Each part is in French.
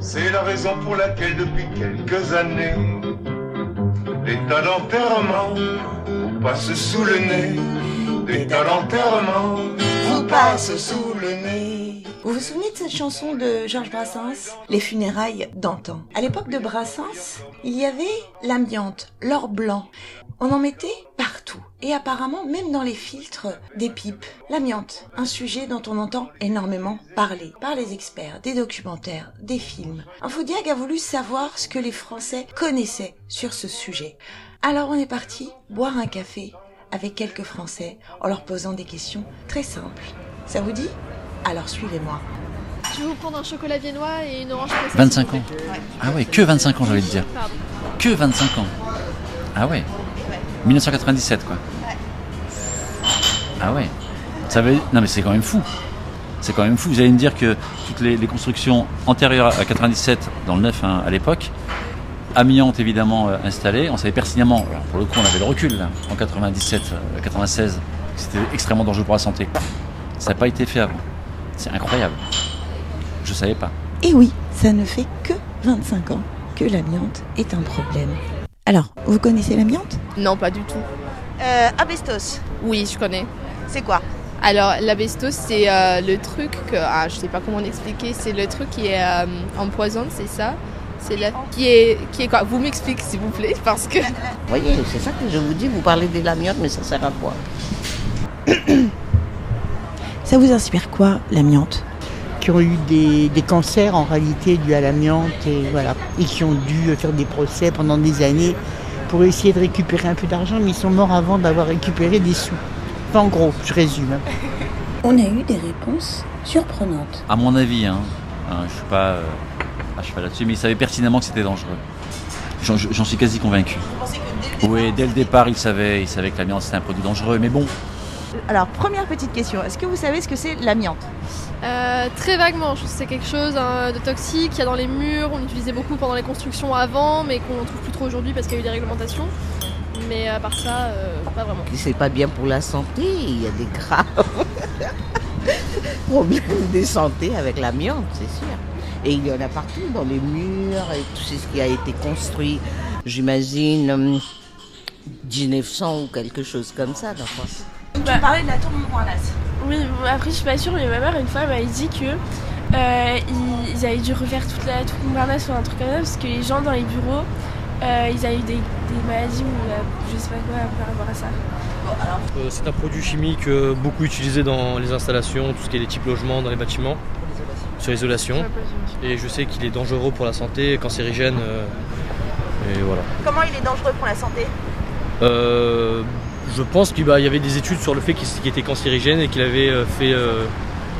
C'est la raison pour laquelle depuis quelques années, les tas d'enterrement vous passent sous le nez. Des tas d'enterrement vous passent sous le nez. Vous vous souvenez de cette chanson de Georges Brassens Les funérailles d'antan. À l'époque de Brassens, il y avait l'amiante, l'or blanc. On en mettait partout et apparemment même dans les filtres des pipes. L'amiante, un sujet dont on entend énormément parler par les experts, des documentaires, des films. Infodiag a voulu savoir ce que les Français connaissaient sur ce sujet. Alors on est parti boire un café avec quelques Français en leur posant des questions très simples. Ça vous dit Alors suivez-moi. Je vais vous prendre un chocolat viennois et une orange pressée. 25 ans Ah ouais, que 25 ans j'allais te dire. Pardon. Que 25 ans Ah ouais 1997 quoi. Ah ouais Ça veut... Non mais c'est quand même fou. C'est quand même fou. Vous allez me dire que toutes les, les constructions antérieures à 97, dans le 9 hein, à l'époque, amiante évidemment euh, installée, on savait pertinemment, alors, pour le coup on avait le recul là, en 97, euh, 96, c'était extrêmement dangereux pour la santé. Ça n'a pas été fait avant. C'est incroyable. Je savais pas. Et oui, ça ne fait que 25 ans que l'amiante est un problème. Alors, vous connaissez l'amiante Non, pas du tout. Euh, Abestos, Oui, je connais. c'est quoi Alors, l'abestos, c'est euh, le truc que. Ah, je sais pas comment l'expliquer. C'est le truc qui est euh, empoisonne, c'est ça C'est là. Qui est, qui est quoi Vous m'expliquez, s'il vous plaît, parce que. Vous voyez, c'est ça que je vous dis, vous parlez de l'amiante, mais ça sert à quoi Ça vous inspire quoi, l'amiante qui ont eu des, des cancers en réalité dus à l'amiante et voilà, et qui ont dû faire des procès pendant des années pour essayer de récupérer un peu d'argent, mais ils sont morts avant d'avoir récupéré des sous. Enfin, en gros, je résume. hein. On a eu des réponses surprenantes. À mon avis, hein, hein, je suis pas euh, à cheval là-dessus, mais ils savaient pertinemment que c'était dangereux. J'en j'en suis quasi convaincu. Oui, dès le départ, ils savaient, ils savaient que l'amiante c'était un produit dangereux, mais bon, Alors, première petite question, est-ce que vous savez ce que c'est l'amiante Euh, très vaguement, je sais que c'est quelque chose hein, de toxique qu'il y a dans les murs. On utilisait beaucoup pendant les constructions avant, mais qu'on ne trouve plus trop aujourd'hui parce qu'il y a eu des réglementations. Mais à part ça, euh, pas vraiment. C'est pas bien pour la santé, il y a des graves problèmes de santé avec l'amiante, c'est sûr. Et il y en a partout, dans les murs et tout ce qui a été construit, j'imagine, hum, 1900 ou quelque chose comme ça, dans France. Bah, Parlez de la tour Montparnasse. oui, bon, après je suis pas sûre, mais ma mère une fois m'avait dit que euh, ils, ils avaient dû refaire toute la tour Montparnasse ou un truc comme ça parce que les gens dans les bureaux, euh, ils avaient eu des, des maladies ou euh, je sais pas quoi par rapport à ça. Euh, C'est un produit chimique euh, beaucoup utilisé dans les installations, tout ce qui est les types logements, dans les bâtiments, sur l'isolation. Et je sais qu'il est dangereux pour la santé, cancérigène. euh, et voilà. Comment il est dangereux pour la santé Euh, je pense qu'il bah, il y avait des études sur le fait qu'il qu'il était cancérigène et qu'il avait euh, fait euh,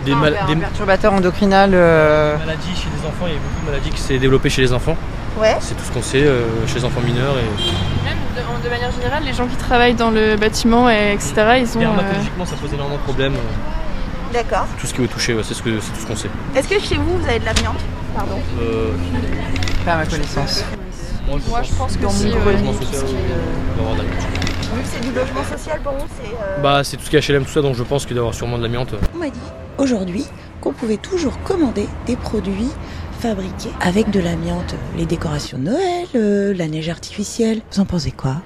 des, mal- des Perturbateur endocrinal. euh, maladies chez les enfants. Il y avait beaucoup de maladies qui s'est développées chez les enfants. Ouais. C'est tout ce qu'on sait euh, chez les enfants mineurs. Et... Même de, manière générale, les gens qui travaillent dans le bâtiment, etc., ils euh, Dermatologiquement, ça pose énormément de problèmes. euh, D'accord. Tout ce qui est touché, ouais, c'est ce que- c'est tout ce qu'on sait. Est-ce que chez vous, vous avez de l'amiante Pardon. Euh, Pas à ma connaissance. Moi, je pense que Dans si. mon euh, logement tout ce social, qui est, euh, on va avoir de la- Vu que c'est du logement social pour vous, c'est... euh, Bah, c'est tout ce qui est HLM, tout ça, donc je pense qu'il doit y avoir sûrement de l'amiante. euh, On m'a dit aujourd'hui qu'on pouvait toujours commander des produits fabriqués avec de l'amiante. Les décorations de Noël, euh, la neige artificielle. Vous en pensez quoi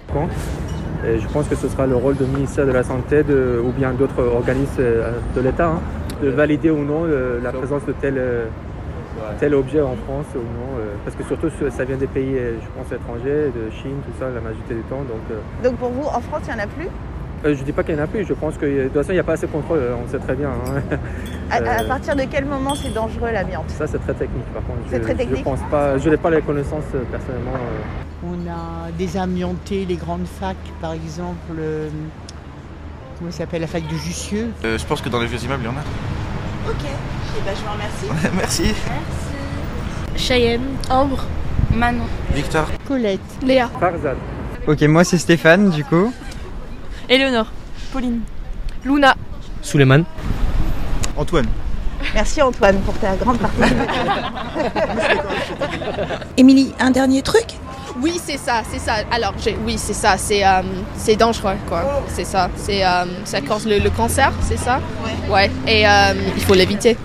Et je pense que ce sera le rôle du ministère de la Santé de- ou bien d'autres organismes euh, de l'État hein, de valider ou non euh, la présence de tel, euh, tel objet en France ou non. euh, parce que surtout ça vient des pays, euh, je pense, étrangers, de Chine, tout ça, la majorité du temps. Donc euh, Donc pour vous, en France, il n'y en a plus euh, je dis pas qu'il y en a plus, je pense que euh, de toute façon il n'y a pas assez de contrôle, euh, on sait très bien. hein. à, à Euh, partir de quel moment c'est dangereux l'amiante Ça c'est très technique par contre. C'est Je- très Je technique. pense pas, je n'ai pas les connaissances euh, personnellement. euh, On a désamianté les grandes facs, par exemple, euh, comment ça s'appelle, la fac de Jussieu. je pense que dans les vieux immeubles, il y en a. Ok, eh ben, je vous remercie. Merci. Cheyenne, Ambre, Manon, Victor. Colette. Léa, Farzad. Ok, moi c'est Stéphane du coup. Éléonore, Pauline, Luna. Souleymane. Antoine. Merci Antoine pour ta grande participation. Émilie, un dernier truc Oui, c'est ça, c'est ça. Alors, j'ai- oui, c'est ça, c'est euh, c'est dangereux, quoi. C'est ça, c'est euh, ça cause le, le cancer, c'est ça. Ouais. Et euh, il faut l'éviter.